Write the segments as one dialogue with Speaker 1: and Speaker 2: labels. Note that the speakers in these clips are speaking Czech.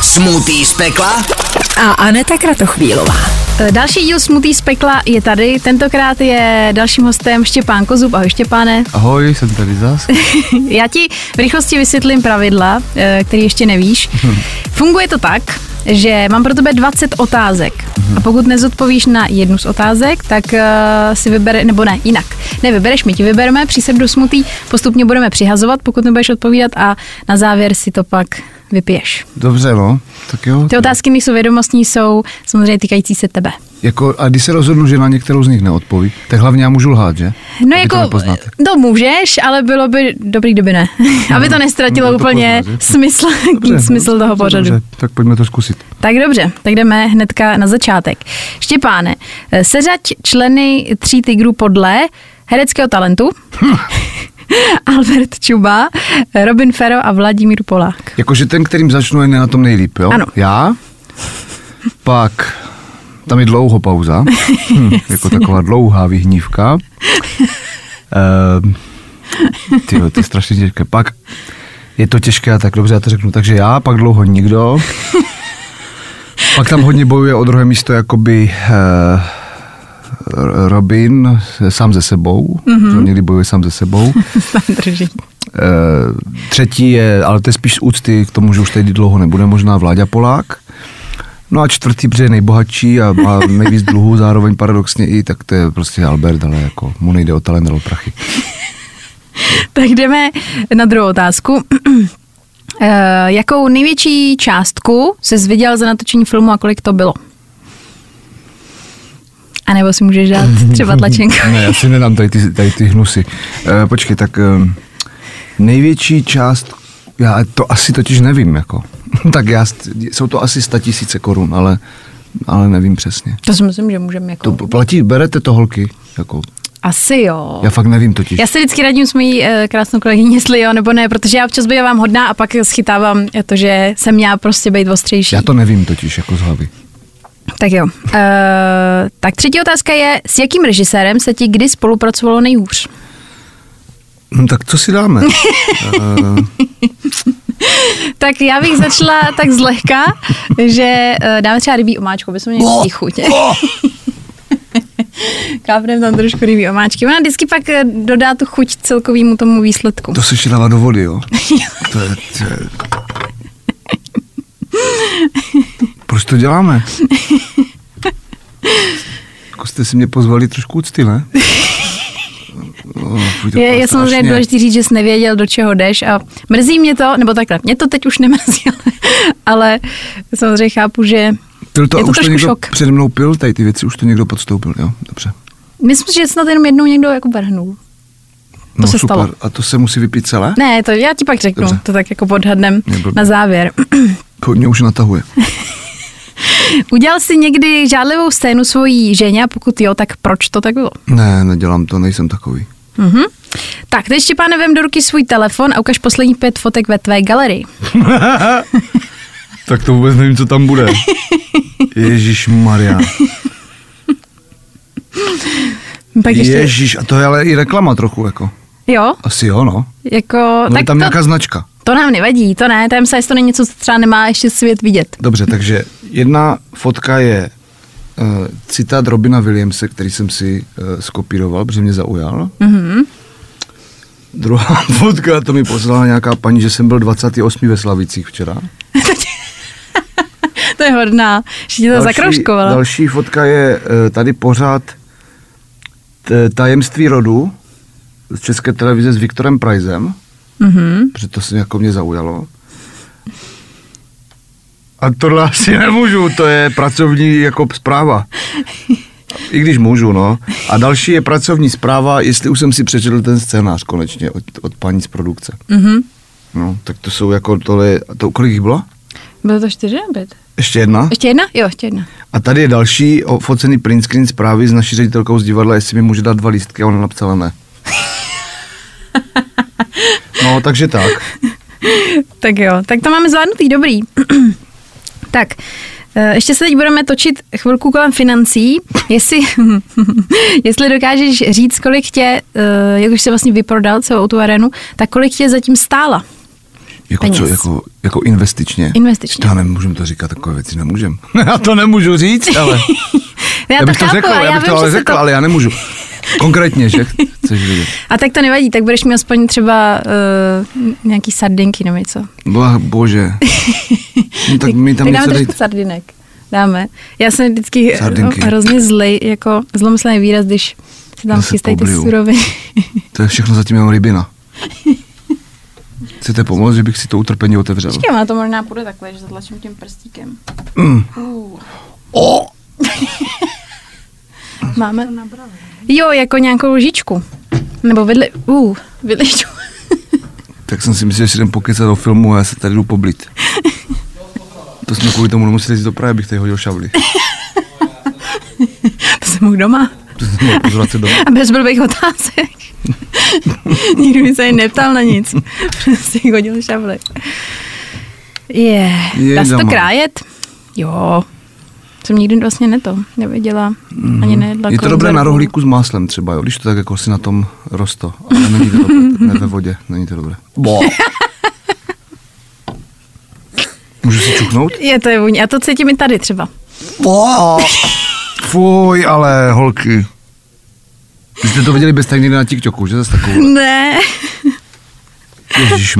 Speaker 1: Smutý z pekla?
Speaker 2: a Aneta Kratochvílová.
Speaker 3: Eh, Další díl Smutý z pekla je tady. Tentokrát je dalším hostem Štěpán Kozub. Ahoj Štěpáne.
Speaker 4: Ahoj, jsem tady zas.
Speaker 3: Já ti v rychlosti vysvětlím pravidla, eh, který ještě nevíš. Funguje to tak, že mám pro tebe 20 otázek. A pokud nezodpovíš na jednu z otázek, tak eh, si vybere, nebo ne, jinak. Nevybereš, my ti vybereme, příseb do smutý, postupně budeme přihazovat, pokud nebudeš odpovídat a na závěr si to pak vypiješ.
Speaker 4: Dobře, no. Tak jo.
Speaker 3: Ty otázky nejsou vědomostní, jsou samozřejmě týkající se tebe.
Speaker 4: Jako, a když se rozhodnu, že na některou z nich neodpovím, tak hlavně já můžu lhát, že?
Speaker 3: No
Speaker 4: Aby
Speaker 3: jako,
Speaker 4: To nepoznáte.
Speaker 3: to, můžeš, ale bylo by dobrý, kdyby ne. Aby to nestratilo
Speaker 4: no, to
Speaker 3: úplně
Speaker 4: poznáš, jasně.
Speaker 3: smysl,
Speaker 4: Dobře,
Speaker 3: smysl
Speaker 4: no,
Speaker 3: toho
Speaker 4: dobře,
Speaker 3: pořadu.
Speaker 4: Dobře, tak pojďme to zkusit.
Speaker 3: Tak dobře, tak jdeme hnedka na začátek. Štěpáne, eh, seřaď členy Tří tigrů podle hereckého talentu,
Speaker 4: Hm.
Speaker 3: Albert Čuba, Robin Fero a Vladimír Polák.
Speaker 4: Jakože ten, kterým začnu, je na tom nejlíp, jo?
Speaker 3: Ano.
Speaker 4: Já, pak tam je dlouho pauza, hm, jako taková dlouhá vyhnívka. Ehm, tyjo, to je strašně těžké. Pak je to těžké, a tak dobře, já to řeknu. Takže já, pak dlouho nikdo. Pak tam hodně bojuje o druhé místo jakoby eh, Robin eh, sám ze sebou. Mm-hmm. Někdy bojuje sám ze sebou.
Speaker 3: Tam drží.
Speaker 4: Eh, třetí je, ale to je spíš z úcty k tomu, že už tady dlouho nebude, možná Vláďa Polák. No a čtvrtý, protože je nejbohatší a má nejvíc dluhů, zároveň paradoxně i, tak to je prostě Albert, ale jako mu nejde o talent, ale o prachy.
Speaker 3: Tak jdeme na druhou otázku. Eh, Jakou největší částku jsi viděl za natočení filmu a kolik to bylo? A nebo si můžeš dát třeba tlačenku.
Speaker 4: Ne, já si nedám tady ty, tady ty hnusy. E, počkej, tak e, největší část, já to asi totiž nevím, jako. tak já, st- jsou to asi 100 tisíce korun, ale, ale nevím přesně.
Speaker 3: To si myslím, že můžeme jako...
Speaker 4: To platí, berete to holky, jako.
Speaker 3: Asi jo.
Speaker 4: Já fakt nevím totiž.
Speaker 3: Já se vždycky radím s mojí eh, krásnou kolegyní, jestli jo nebo ne, protože já občas bývám hodná a pak schytávám eh, to, že jsem měla prostě být ostřejší.
Speaker 4: Já to nevím totiž, jako z hlavy.
Speaker 3: Tak jo. Uh, tak třetí otázka je, s jakým režisérem se ti kdy spolupracovalo nejhůř?
Speaker 4: Hm, tak co si dáme?
Speaker 3: Tak já bych začala tak zlehka, že uh, dáme třeba rybí omáčku, aby jsme měli oh, chuť. Kápneme tam trošku rybí omáčky. Ona vždycky pak eh, dodá tu chuť celkovýmu tomu výsledku.
Speaker 4: to se ještě dává do vody, jo? To je, to je... Proč to děláme? Jako jste si mě pozvali trošku úcty, ne? No, O, fuj, to
Speaker 3: Je,
Speaker 4: bylo
Speaker 3: je samozřejmě
Speaker 4: strašně.
Speaker 3: důležité říct, že jsi nevěděl, do čeho jdeš a mrzí mě to, nebo takhle, mě to teď už nemrzí, ale, ale samozřejmě chápu, že
Speaker 4: Pil to,
Speaker 3: je
Speaker 4: a
Speaker 3: to
Speaker 4: už to
Speaker 3: trošku
Speaker 4: někdo
Speaker 3: šok.
Speaker 4: přede mnou pil, tady ty věci už to někdo podstoupil, jo? Dobře.
Speaker 3: Myslím, že snad jenom jednou někdo jako brhnul. To se stalo.
Speaker 4: No, A to se musí vypít celé?
Speaker 3: Ne, to já ti pak řeknu, Dobře.
Speaker 4: Dobře.
Speaker 3: to tak jako podhadnem
Speaker 4: Je blbý.
Speaker 3: na závěr.
Speaker 4: Mě už natahuje.
Speaker 3: Udělal jsi někdy žádlivou scénu svojí ženě a pokud jo, tak proč to tak bylo?
Speaker 4: Ne, nedělám to, nejsem takový.
Speaker 3: Mhm. Tak, teď Štěpáne, vem do ruky svůj telefon a ukaž poslední pět fotek ve tvé galerii.
Speaker 4: Tak to vůbec nevím, co tam bude. Ježíš Maria.
Speaker 3: Pak ještě,
Speaker 4: Ježíš, a to je ale i reklama trochu, jako.
Speaker 3: jo,
Speaker 4: Asi jo, no.
Speaker 3: jako,
Speaker 4: no je
Speaker 3: tak
Speaker 4: tam
Speaker 3: to,
Speaker 4: nějaká značka.
Speaker 3: to nám nevadí, to ne, tam se to není něco, co třeba nemá ještě svět vidět.
Speaker 4: Dobře, takže jedna fotka je uh, citát Robina Williamse, který jsem si uh, skopíroval, protože mě zaujal. Mm-hmm.
Speaker 3: Mhm.
Speaker 4: Druhá fotka, to mi poslala nějaká paní, že jsem byl 28. ve Slavicích včera.
Speaker 3: To je hodná, že ti to zakroužkovala.
Speaker 4: Další fotka je eh, tady pořád t- tajemství rodu z České televize s Viktorem Prajzem,
Speaker 3: Mhm.
Speaker 4: protože to se jako mě zaujalo. A tohle asi nemůžu, to je pracovní jako zpráva. I když můžu, no. A další je pracovní zpráva, jestli už jsem si přečetl ten scénář konečně od, od paní z produkce.
Speaker 3: Mhm.
Speaker 4: No, tak to jsou jako tohle, to, kolik jich bylo?
Speaker 3: Bylo to čtyři nebo pět?
Speaker 4: Ještě jedna?
Speaker 3: Ještě jedna? Jo, ještě jedna.
Speaker 4: A tady je další o- focený print screen zprávy s naší ředitelkou z divadla, jestli mi může dát dva lístky a ona napsala ne. No, takže tak.
Speaker 3: Tak jo, tak to máme zvládnutý, dobrý. tak, eh, ještě se teď budeme točit chvilku kolem financí. Jestli, jestli dokážeš říct, kolik tě, eh, jak už se vlastně vyprodal celou tu arenu, tak kolik tě zatím stála?
Speaker 4: Jako
Speaker 3: peněz.
Speaker 4: co, jako, jako investičně?
Speaker 3: Investičně.
Speaker 4: To já nemůžu to říkat, takové věci nemůžem. já to nemůžu říct, ale
Speaker 3: Já,
Speaker 4: já bych to
Speaker 3: chápu,
Speaker 4: řekl,
Speaker 3: a
Speaker 4: já bych
Speaker 3: vím,
Speaker 4: to ale
Speaker 3: že se
Speaker 4: řekl, ale já nemůžu. Konkrétně, že chceš vidět.
Speaker 3: A tak to nevadí, tak budeš mít aspoň třeba uh, nějaký sardinky nebo něco.
Speaker 4: Bo- Bože. No, tak mi tam
Speaker 3: tak
Speaker 4: něco
Speaker 3: dáme
Speaker 4: dejte.
Speaker 3: trošku sardinek. Dáme. Já jsem vždycky
Speaker 4: Sardinky.
Speaker 3: Sardinky. hrozně zlej, jako zlomyslný výraz, když se tam
Speaker 4: Já se
Speaker 3: chystají ty
Speaker 4: pobliju.
Speaker 3: suroviny.
Speaker 4: To je všechno zatím jenom rybina. Chcete pomoct, že bych si to utrpení otevřel?
Speaker 3: Počkej, ona to možná půjde takhle, že zatlačím tím prstíkem.
Speaker 4: Mm. O!
Speaker 3: Máme? Jo, jako nějakou lžičku. Nebo vedle, uh, vidličku.
Speaker 4: Tak jsem si myslel, že si jdem pokecat do filmu a já se tady jdu poblit. To jsme kvůli tomu nemuseli jít do Prahy, bych tady hodil šavli.
Speaker 3: to jsem mohl doma.
Speaker 4: To jsem mohl pozvat se doma.
Speaker 3: A bez blbých otázek. Nikdo mi se ani neptal na nic. Prostě hodil šavli. Je,
Speaker 4: Je,
Speaker 3: dá se to
Speaker 4: doma.
Speaker 3: krájet? Jo. Jsem nikdy vlastně neto, nevěděla. Ani nejedla
Speaker 4: Mhm. Je to dobré
Speaker 3: konzervu.
Speaker 4: na rohlíku s máslem třeba, jo? když to tak jako si na tom rosto. Ale není to dobré, ne ve vodě, není to dobré. Bo. Můžu si čuchnout?
Speaker 3: Je to je vůně. A to cítím i tady třeba.
Speaker 4: Bo. Fuj, ale holky. Vy jste to viděli bez tak někde na TikToku, že zase takovou?
Speaker 3: Ne.
Speaker 4: Ježíš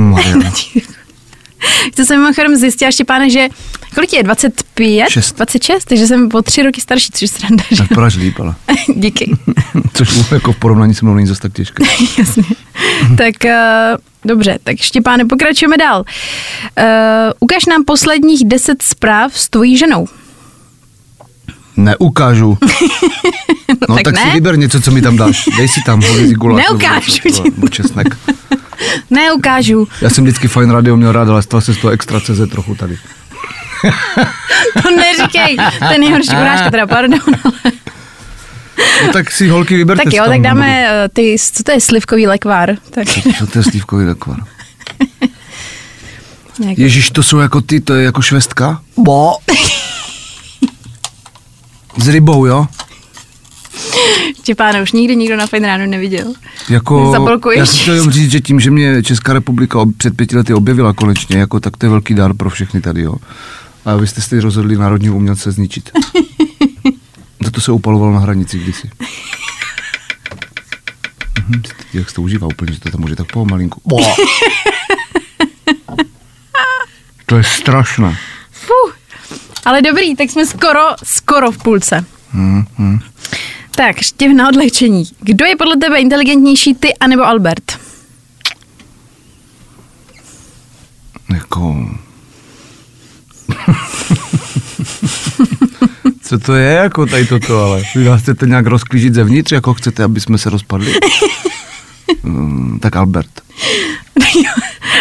Speaker 3: To jsem mimochodem zjistila, Štěpáne, že kolik ti je? 25?
Speaker 4: Šest.
Speaker 3: 26? Takže jsem o tři roky starší, což sranda, že?
Speaker 4: Tak poraž líp, ale.
Speaker 3: Díky.
Speaker 4: Což jako v porovnání se mnou není zase tak těžké.
Speaker 3: Jasně. tak eh, dobře, tak Štěpáne, pokračujeme dál. Uh, ukaž nám posledních 10 zpráv s tvojí ženou.
Speaker 4: Neukážu. No
Speaker 3: tak
Speaker 4: tak,
Speaker 3: ne.
Speaker 4: si vyber něco, co mi tam dáš. Dej si tam hovězí guláš. nebo
Speaker 3: Neukážu
Speaker 4: něco,
Speaker 3: ti
Speaker 4: nebo Česnek.
Speaker 3: Ne, ukážu.
Speaker 4: Já jsem vždycky Fine Radio měl rád, ale stal se z toho extra CZ trochu tady.
Speaker 3: To neříkej. To je nejhorší urážka, teda pardon. ale-
Speaker 4: No tak si holky vyberte
Speaker 3: tak
Speaker 4: si
Speaker 3: jo,
Speaker 4: tam no,
Speaker 3: tak
Speaker 4: budu.
Speaker 3: dáme eh, ty, co to je slivkový lekvár? Tak
Speaker 4: Co to je slívkový lekvar?
Speaker 3: nějak.
Speaker 4: Ježíš, to jsou jako ty, to je jako švestka? Bo. S rybou, jo?
Speaker 3: Štěpáne, už nikdy nikdo na Fine Ránu neviděl.
Speaker 4: Jako,
Speaker 3: Zablokuješ.
Speaker 4: já si chtěl jenom říct, že tím, že mě Česká republika ob- před pěti lety objevila konečně, jako, tak to je velký dár pro všechny tady, jo. A vy jste si rozhodli národní umělce zničit. Za to se upalovalo na hranici kdysi. Mhm, Jak se to užívá úplně, že to tam může tak pomalinku. Bo. To je strašné.
Speaker 3: Fuh. Ale dobrý, tak jsme skoro, skoro v půlce.
Speaker 4: Hmm, hmm.
Speaker 3: Tak, štěv na odlečení. Kdo je podle tebe inteligentnější, ty anebo Albert?
Speaker 4: Jako... Co to je jako tady toto, ale? Vy nás chcete nějak rozklížit zevnitř, jako chcete, aby jsme se rozpadli? Mm, tak Albert.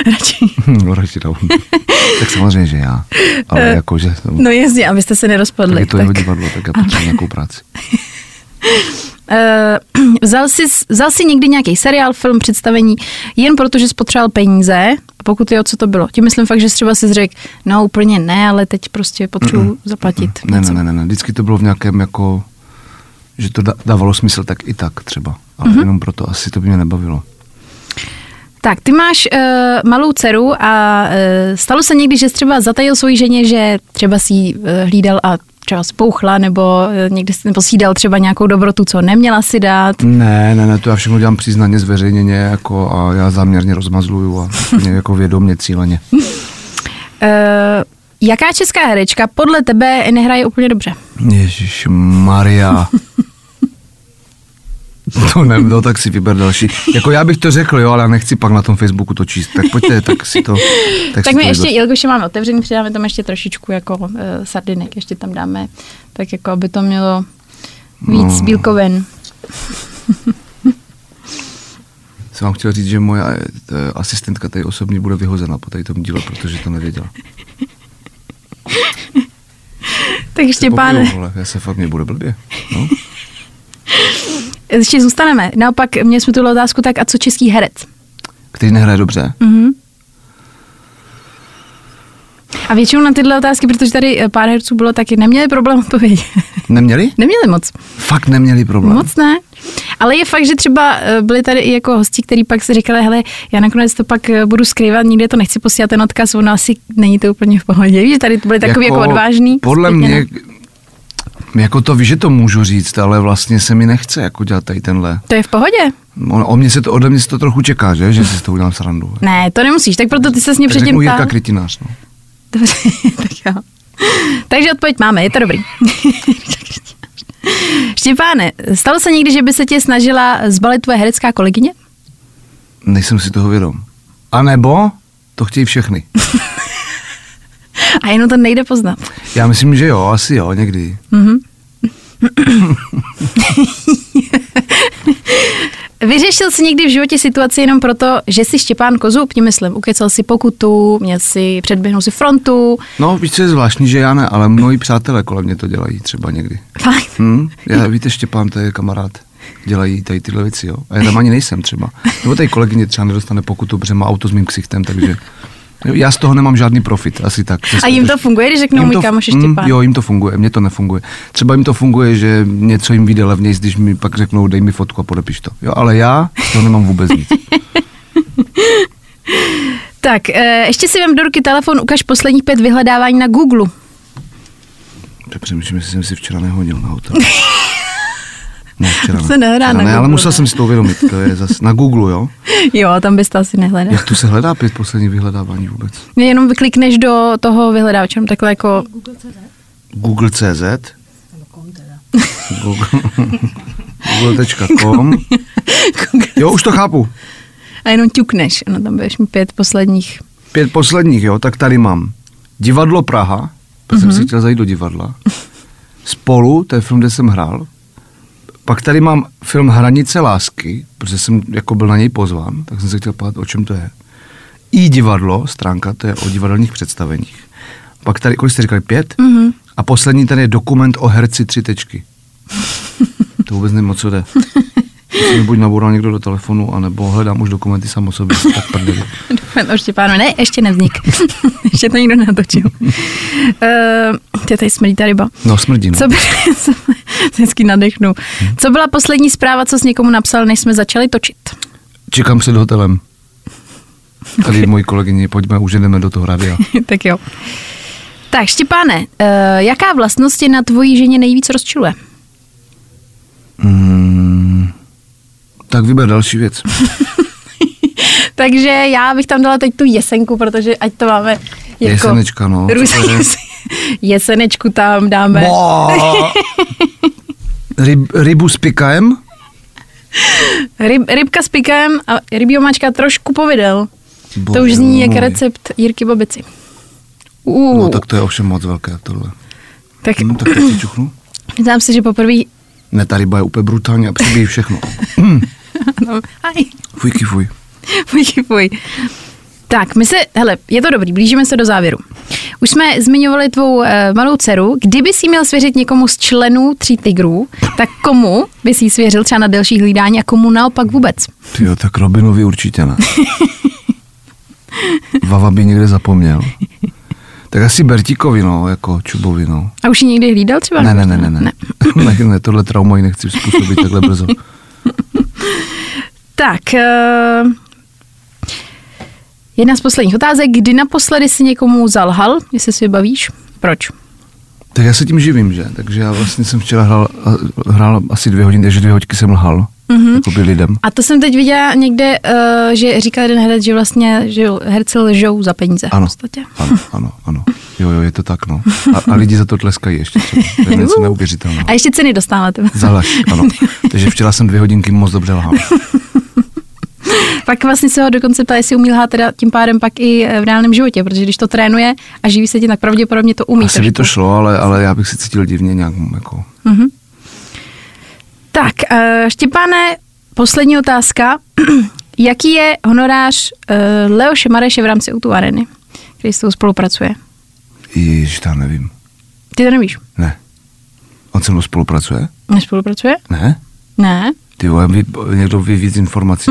Speaker 3: Radši.
Speaker 4: No, radši dám. tak samozřejmě, že já. Ale jako, že...
Speaker 3: No jasně, abyste se nerozpadli.
Speaker 4: tak je to jeho divadlo, tak já potřebuji nějakou práci.
Speaker 3: Eh, vzal, jsi, vzal jsi někdy nějaký seriál, film, představení, jen proto, že jsi potřeboval peníze? A pokud jo, co to bylo? Tím myslím fakt, že jsi třeba si řekl, no úplně ne, ale teď prostě potřebuji zaplatit.
Speaker 4: Ne,
Speaker 3: něco.
Speaker 4: ne, ne, ne, ne. Vždycky to bylo v nějakém jako, že to da- dávalo smysl tak i tak třeba. Ale
Speaker 3: Mhm.
Speaker 4: jenom proto asi to by mě nebavilo.
Speaker 3: Tak, ty máš uh, malou dceru a uh, stalo se někdy, že jsi třeba zatajil svoji ženě, že třeba si ji uh, hlídal a třeba spouchla, nebo, uh, někde, si- nebo si jí dal třeba nějakou dobrotu, co neměla si dát.
Speaker 4: Ne, ne, ne, to já všechno dělám přiznaně, zveřejněně, jako a já záměrně rozmazluju a úplně jako vědomě, cíleně.
Speaker 3: Uh, jaká česká herečka podle tebe nehraje úplně dobře?
Speaker 4: Ježíš Maria. To ne, no, tak si vyber další. Jako já bych to řekl, jo, ale já nechci pak na tom Facebooku to číst. Tak pojďte, tak si to...
Speaker 3: Tak,
Speaker 4: si
Speaker 3: tak my
Speaker 4: to
Speaker 3: ještě,
Speaker 4: vyber.
Speaker 3: jelikož máme otevřený, přidáme tam ještě trošičku jako uh, sardinek, ještě tam dáme, tak jako aby to mělo víc
Speaker 4: No.
Speaker 3: bílkovin.
Speaker 4: Jsem vám chtěl říct, že moje eh, t- asistentka tady osobně bude vyhozena po tady tom díle, protože to nevěděla.
Speaker 3: Tak ještě, pane,
Speaker 4: Pokryju, vole, já se fakt mě bude blbě. No.
Speaker 3: ještě zůstaneme. Naopak, měli jsme tu otázku tak, a co český herec?
Speaker 4: Který nehraje dobře.
Speaker 3: Mhm. A většinou na tyhle otázky, protože tady eh, pár herců bylo taky, neměli problém odpovědět.
Speaker 4: Neměli?
Speaker 3: neměli moc.
Speaker 4: Fakt neměli problém.
Speaker 3: Moc ne. Ale je fakt, že třeba eh, byli tady i jako hosti, kteří pak si říkali, hele, já nakonec to pak eh, budu skrývat, nikde to nechci posílat ten odkaz, ono asi není to úplně v pohodě. Víš, tady to byli takový jako, jako odvážný.
Speaker 4: Podle
Speaker 3: Zpětně,
Speaker 4: mě,
Speaker 3: no.
Speaker 4: jako to víš, že to můžu říct, ale vlastně se mi nechce jako dělat tady tenhle.
Speaker 3: To je v pohodě.
Speaker 4: On, o mě se to, ode mě se to trochu čeká, že, že si s to udělám srandu.
Speaker 3: Ne, to nemusíš, tak proto ty se s mě předtím
Speaker 4: Řeknu
Speaker 3: ptal.
Speaker 4: Jirka Krytinář, no.
Speaker 3: Dobře, tak jo. Takže odpověď máme, je to dobrý. Štěpáne, stalo se někdy, že by se tě snažila zbalit tvoje herecká kolegyně?
Speaker 4: Nejsem si toho vědom. A nebo to chtějí všechny.
Speaker 3: A jenom to nejde poznat.
Speaker 4: Já myslím, že jo, asi jo, někdy.
Speaker 3: Hm. Vyřešil jsi někdy v životě situaci jenom proto, že jsi Štěpán Kozub, tím myslím, ukecal si pokutu, měl si, předběhnul si frontu,
Speaker 4: No, víš, co je zvláštní, že já ne, ale moji přátelé kolem mě to dělají třeba někdy.
Speaker 3: fakt.
Speaker 4: Hm? Já, víte, Štěpán, to je kamarád, dělají tady tyhle věci, jo. A já tam ani nejsem třeba. Nebo tady kolegyně třeba nedostane pokutu, protože má auto s mým ksichtem, takže jo, já z toho nemám žádný profit, asi tak.
Speaker 3: A jim to funguje, když řeknou
Speaker 4: Jim
Speaker 3: můj
Speaker 4: to-
Speaker 3: kámoš je
Speaker 4: mm,
Speaker 3: Štěpán.
Speaker 4: Jo, jim to funguje, mně to nefunguje. Třeba jim to funguje, že něco jim vyjde levněji, když mi pak řeknou, dej mi fotku a podepiš to. Jo, ale já z toho nemám vůbec nic.
Speaker 3: Tak, eh, ještě si vem do ruky telefon, ukaž posledních pět vyhledávání na Google.
Speaker 4: To přemýšlím, jestli jsem si včera nehodil na hotel. Ne, včera
Speaker 3: To se nehrá
Speaker 4: Včera
Speaker 3: na
Speaker 4: ne, ale
Speaker 3: Google,
Speaker 4: musel
Speaker 3: ne.
Speaker 4: jsem si to uvědomit, to je zas na Google, jo?
Speaker 3: Jo, tam bys to asi nehledal.
Speaker 4: Jak tu se hledá pět posledních vyhledávání vůbec?
Speaker 3: Ne, Jenom klikneš do toho vyhledáče, jenom takhle jako
Speaker 4: Google.cz Google- Google.com Jo, už to chápu.
Speaker 3: a jenom ťukneš. No tam budeš mít pět posledních.
Speaker 4: Pět posledních, jo, tak tady mám. Divadlo Praha, protože jsem si chtěl zajít do divadla. Spolu, to je film, kde jsem hrál. Pak tady mám film Hranice lásky, protože jsem jako byl na něj pozván, tak jsem se chtěl ptát, o čem to je. I divadlo, stránka, to je o divadelních představeních. Pak tady, kolik jste říkali, pět? Mm-hmm. A poslední tady je dokument o herci tři tečky. To vůbec nevím, o co jde. To se mi buď naboural někdo do telefonu, anebo hledám už dokumenty sám o sobě. Tak prdeli.
Speaker 3: Doufám, o Štěpánu. Ne, ještě nevznik. ještě to nikdo natočil. uh, to je tady smrdí ta ryba.
Speaker 4: No, smrdí. No.
Speaker 3: Co by, co- hezky nadechnu. Co byla poslední zpráva, co jsi někomu napsal, než jsme začali točit?
Speaker 4: Čekám před hotelem. Tady okay. moji kolegyni, pojďme, už jdeme do toho radia.
Speaker 3: tak jo. Tak Štěpáne, uh, jaká vlastnost je na tvojí ženě nejvíc rozčiluje?
Speaker 4: Mm, tak vyber další věc.
Speaker 3: Takže já bych tam dala teď tu jesenku, protože ať to máme jako
Speaker 4: Jesenečka, no. Co to
Speaker 3: různý-
Speaker 4: je?
Speaker 3: jesenečku tam dáme.
Speaker 4: Bá! Ryb, rybu s pikem?
Speaker 3: Ryb, rybka s pikem a rybí omáčka trošku povidel.
Speaker 4: Bože
Speaker 3: to už zní jak
Speaker 4: můj.
Speaker 3: recept Jirky Babici. Uh,
Speaker 4: No tak to je ovšem moc velké tohle.
Speaker 3: tak
Speaker 4: Hm, tak to si čuchnu.
Speaker 3: znám se, že poprvé...
Speaker 4: Ne, ta ryba je úplně brutální a přibíjí všechno.
Speaker 3: No, aj,
Speaker 4: Fujky fuj.
Speaker 3: fuj, fuj. Tak, my se, hele, je to dobrý, blížíme se do závěru. Už jsme zmiňovali tvou e, malou dceru. Kdyby si měl svěřit někomu z členů tří tigrů, tak komu bys jí svěřil třeba na delší hlídání a komu naopak vůbec?
Speaker 4: Ty jo, tak Robinovi určitě ne. Vava by někde zapomněl. Tak asi Bertíkovi, no, jako Čubovi, no.
Speaker 3: A už ji někdy hlídal třeba?
Speaker 4: Ne, ne, ne, ne, ne. ne, ne tohle trauma ji nechci způsobit takhle brzo.
Speaker 3: Tak, eh, jedna z posledních otázek. Kdy naposledy si někomu zalhal, jestli si vybavíš? Proč?
Speaker 4: Tak já se tím živím, že? Takže já vlastně jsem včera hrál, a- hrál asi dvě hodiny, takže dvě hoďky jsem lhal. Mm-hmm. Jakoby lidem.
Speaker 3: Mhm. A to jsem teď viděla někde, eh, že říkal jeden herec, že vlastně že herci lžou za peníze. V
Speaker 4: Ano,
Speaker 3: podstatě.
Speaker 4: ano, ano, ano. Jo, jo, je to tak, no. A, a lidi za to tleskají ještě třeba. To je něco neuvěřitelného.
Speaker 3: Uh. A ještě ceny dostáváte.
Speaker 4: Zahlaš, ano. Takže včera jsem dvě hodinky moc dobře lhal.
Speaker 3: Pak vlastně se ho dokonce ptá, jestli umí lhát teda tím pádem pak i eh, v reálném životě, protože když to trénuje a živí se tím, tak pravděpodobně to umí.
Speaker 4: Asi by to
Speaker 3: trošku.
Speaker 4: šlo, ale, ale já bych se cítil divně nějak, jako...
Speaker 3: Tak, eh, Štěpáne, poslední otázka. Jaký je honorář eh, Leoše Mareše v rámci Outu Areny, který s tou spolupracuje?
Speaker 4: Ježiš, já nevím.
Speaker 3: Ty to nevíš.
Speaker 4: Ne. On se mnou spolupracuje?
Speaker 3: Nespolupracuje?
Speaker 4: Ne?
Speaker 3: Ne.
Speaker 4: Ty vole, vy, někdo ví víc informací.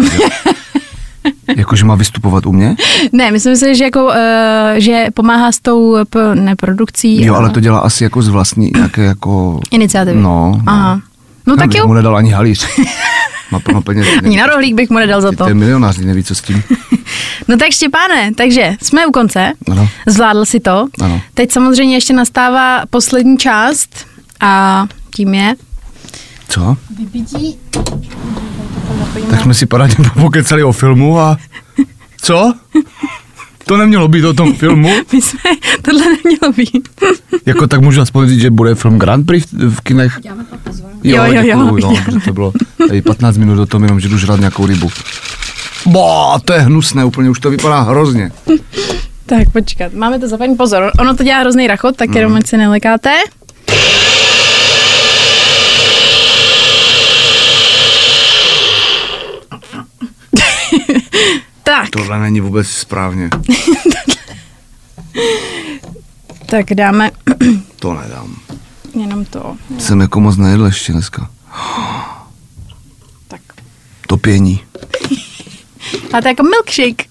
Speaker 4: Jakože má vystupovat u mě?
Speaker 3: Ne, myslím si, že, jako, eh, že pomáhá s tou eh, p- ne, produkcí.
Speaker 4: Jo, ale
Speaker 3: eh,
Speaker 4: to dělá asi jako z vlastní, nějaké jako...
Speaker 3: Iniciativy.
Speaker 4: No, no.
Speaker 3: Aha. No
Speaker 4: Já
Speaker 3: tak
Speaker 4: bych
Speaker 3: jo.
Speaker 4: mu nedal ani halíř. Má plno peněz.
Speaker 3: Ani na rohlík bych mu nedal za
Speaker 4: Ty-
Speaker 3: to.
Speaker 4: Ty je milionář, neví, co s tím.
Speaker 3: No tak Štěpáne, takže jsme u konce.
Speaker 4: Ano.
Speaker 3: Zvládl si to.
Speaker 4: Ano.
Speaker 3: Teď samozřejmě ještě nastává poslední část a tím je...
Speaker 4: Co? Tak jsme si parádně pokecali o filmu a... Co? To nemělo být o tom filmu?
Speaker 3: My jsme, tohle nemělo být.
Speaker 4: Jako tak můžu aspoň říct, že bude film Grand Prix v- v kinech?
Speaker 3: Jo, jo, jo,
Speaker 4: děkuju, no,
Speaker 3: děláme.
Speaker 4: že to bylo tady 15 minut do toho, jenom že jdu žrát nějakou rybu. Bá, to je hnusné úplně, už to vypadá hrozně.
Speaker 3: Tak počkat, máme to zapadní pozor. Ono to dělá hrozný rachot, tak jenom ať se nelekáte. tak,
Speaker 4: Tohle není vůbec správně.
Speaker 3: tak dáme
Speaker 4: To nedám.
Speaker 3: jenom to.
Speaker 4: Jsem jako moc nejedl ještě dneska.
Speaker 3: Tak.
Speaker 4: Topění.
Speaker 3: A to je jako milkshake.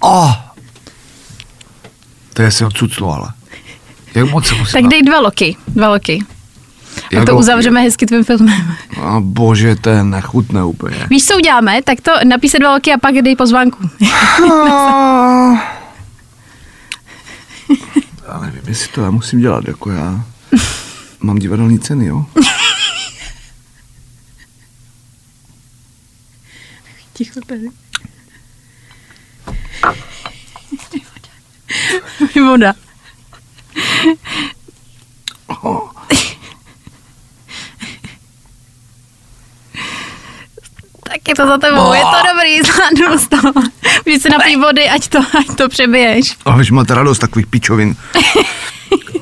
Speaker 4: Oh! To je si odcuclo, ale. Jak moc se musím
Speaker 3: Tak dej dva loky, dva loky.
Speaker 4: Jak
Speaker 3: A to
Speaker 4: Jako loky?
Speaker 3: uzavřeme hezky tvým filmem.
Speaker 4: A bože, to je nechutné úplně.
Speaker 3: Víš, co uděláme? Tak to napíše dva loky a pak dej pozvánku.
Speaker 4: Já nevím, jestli to já musím dělat, jako já. Mám divadelní ceny, jo?
Speaker 3: Ticho tady. Voda. tak je to za tebou, je to dobrý, zvládnu z toho. Když se napij vody, ať to, ať to přebiješ.
Speaker 4: A když máte radost takových pičovin.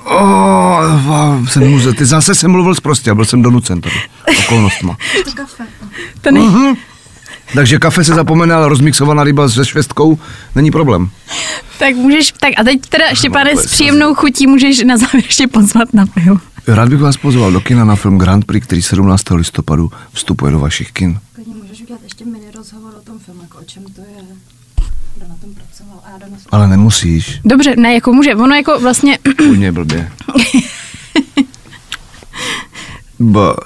Speaker 4: Oh, jsem muze, ty zase jsem mluvil zprostě a byl jsem donucen tady okolnostma.
Speaker 3: To ne...
Speaker 4: Mhm. Takže kafe se zapomene, ale rozmixovaná ryba se švestkou není problém.
Speaker 3: Tak můžeš, tak a teď teda Štěpáne
Speaker 4: vůbec,
Speaker 3: s příjemnou chutí můžeš na závěr ještě pozvat na pivo.
Speaker 4: Rád bych vás pozval do kina na film Grand Prix, který 17. listopadu vstupuje do vašich kin.
Speaker 1: Klidně můžeš udělat ještě mini rozhovor o tom filmu, jako o čem to je, kdo na tom pracoval a kdo na tom...
Speaker 4: Ale nemusíš.
Speaker 3: Dobře, ne, jako může, ono jako vlastně,
Speaker 4: Úplně blbě. Ba.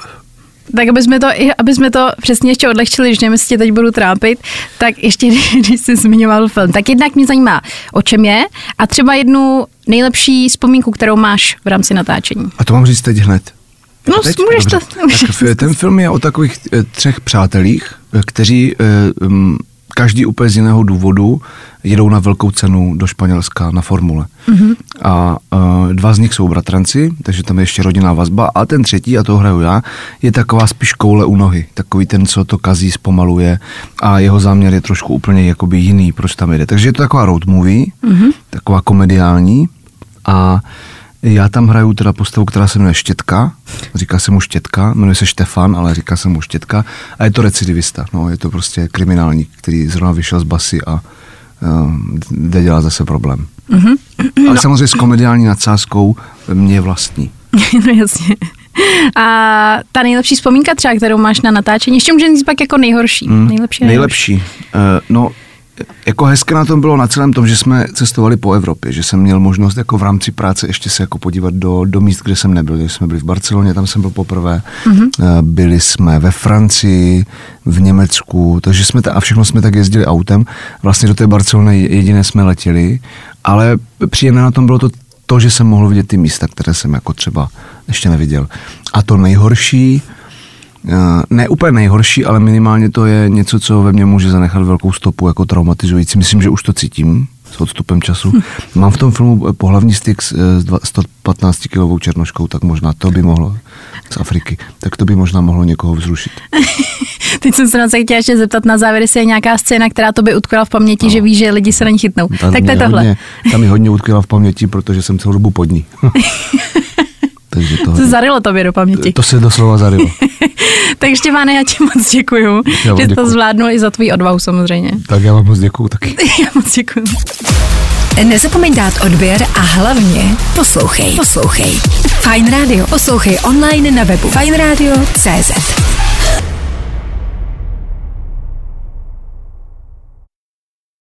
Speaker 3: tak aby jsme to, i- aby jsme to přesně ještě odlehčili, že nevím, jestli tě teď budu trápit, tak ještě, když jsi zmiňoval film, tak jednak mě zajímá, o čem je a třeba jednu nejlepší vzpomínku, kterou máš v rámci natáčení.
Speaker 4: A to mám říct teď hned.
Speaker 3: No,
Speaker 4: teď?
Speaker 3: můžeš to- můžeš
Speaker 4: Tak f- ten film je o takových eh, třech přátelích, eh, kteří eh, mm, každý úplně z jiného důvodu jedou na velkou cenu do Španělska na formule.
Speaker 3: Mhm.
Speaker 4: Mm-hmm. A eh, dva z nich jsou bratranci, takže tam je ještě rodinná vazba. A ten třetí, a to hraju já, je taková spíš koule u nohy. Takový ten, co to kazí, zpomaluje a jeho záměr je trošku úplně jakoby jiný, proč tam jede. Takže je to taková road movie,
Speaker 3: Mhm.
Speaker 4: mm-hmm. taková komediální a já tam hraju teda postavu, která se jmenuje Štětka, říká se mu Štětka, jmenuje se Štefan, ale říká se mu Štětka a je to recidivista, no, je to prostě kriminálník, který zrovna vyšel z basy a um, jde dělat zase problém. Mm-hmm. Ale samozřejmě s komediální nadsázkou mě vlastní.
Speaker 3: no jasně. A ta nejlepší vzpomínka třeba, kterou máš na natáčení, ještě můžeme říct pak jako nejhorší. Mm, nejlepší. a
Speaker 4: Mhm. Hmm. nejlepší. Eh, no, jako hezké na tom bylo na celém tom, že jsme cestovali po Evropě, že jsem měl možnost jako v rámci práce ještě se jako podívat do, do míst, kde jsem nebyl. Že jsme byli v Barceloně, tam jsem byl poprvé, mm-hmm. byli jsme ve Francii, v Německu, takže jsme ta, a všechno jsme tak jezdili autem. Vlastně do té Barcelony jediné jsme letěli, ale příjemné na tom bylo to, to, že jsem mohl vidět ty místa, které jsem jako třeba ještě neviděl. A to nejhorší, Eh, ne úplně nejhorší, ale minimálně to je něco, co ve mně může zanechat velkou stopu jako traumatizující. Myslím, že už to cítím s odstupem času. Mám v tom filmu eh, pohlavní styk s, eh, s dva- 115 kilovou černoškou, tak možná to by mohlo z Afriky, tak to by možná mohlo někoho vzrušit.
Speaker 3: nejhorší. Teď jsem se na to chtěla ještě zeptat na závěr, jestli je nějaká scéna, která to by utkala v paměti, že víš, že lidi se na ní chytnou.
Speaker 4: Ta
Speaker 3: tak to
Speaker 4: No. mě
Speaker 3: je tohle.
Speaker 4: Hodně, ta mi hodně utkvěla v paměti, protože jsem celou dobu pod ní. Takže to,
Speaker 3: To se zarylo tobě do paměti.
Speaker 4: to se doslova zarylo.
Speaker 3: Takže Štěváne, já ti moc děkuju,
Speaker 4: Já vám
Speaker 3: že to
Speaker 4: děkuju.
Speaker 3: zvládnu i za tvůj odvahu samozřejmě.
Speaker 4: Tak já vám moc děkuju taky.
Speaker 3: Já moc děkuju.
Speaker 2: Nezapomeň dát odběr a hlavně poslouchej. Poslouchej. Fine Radio. Poslouchej online na webu. Fine Radio. CZ.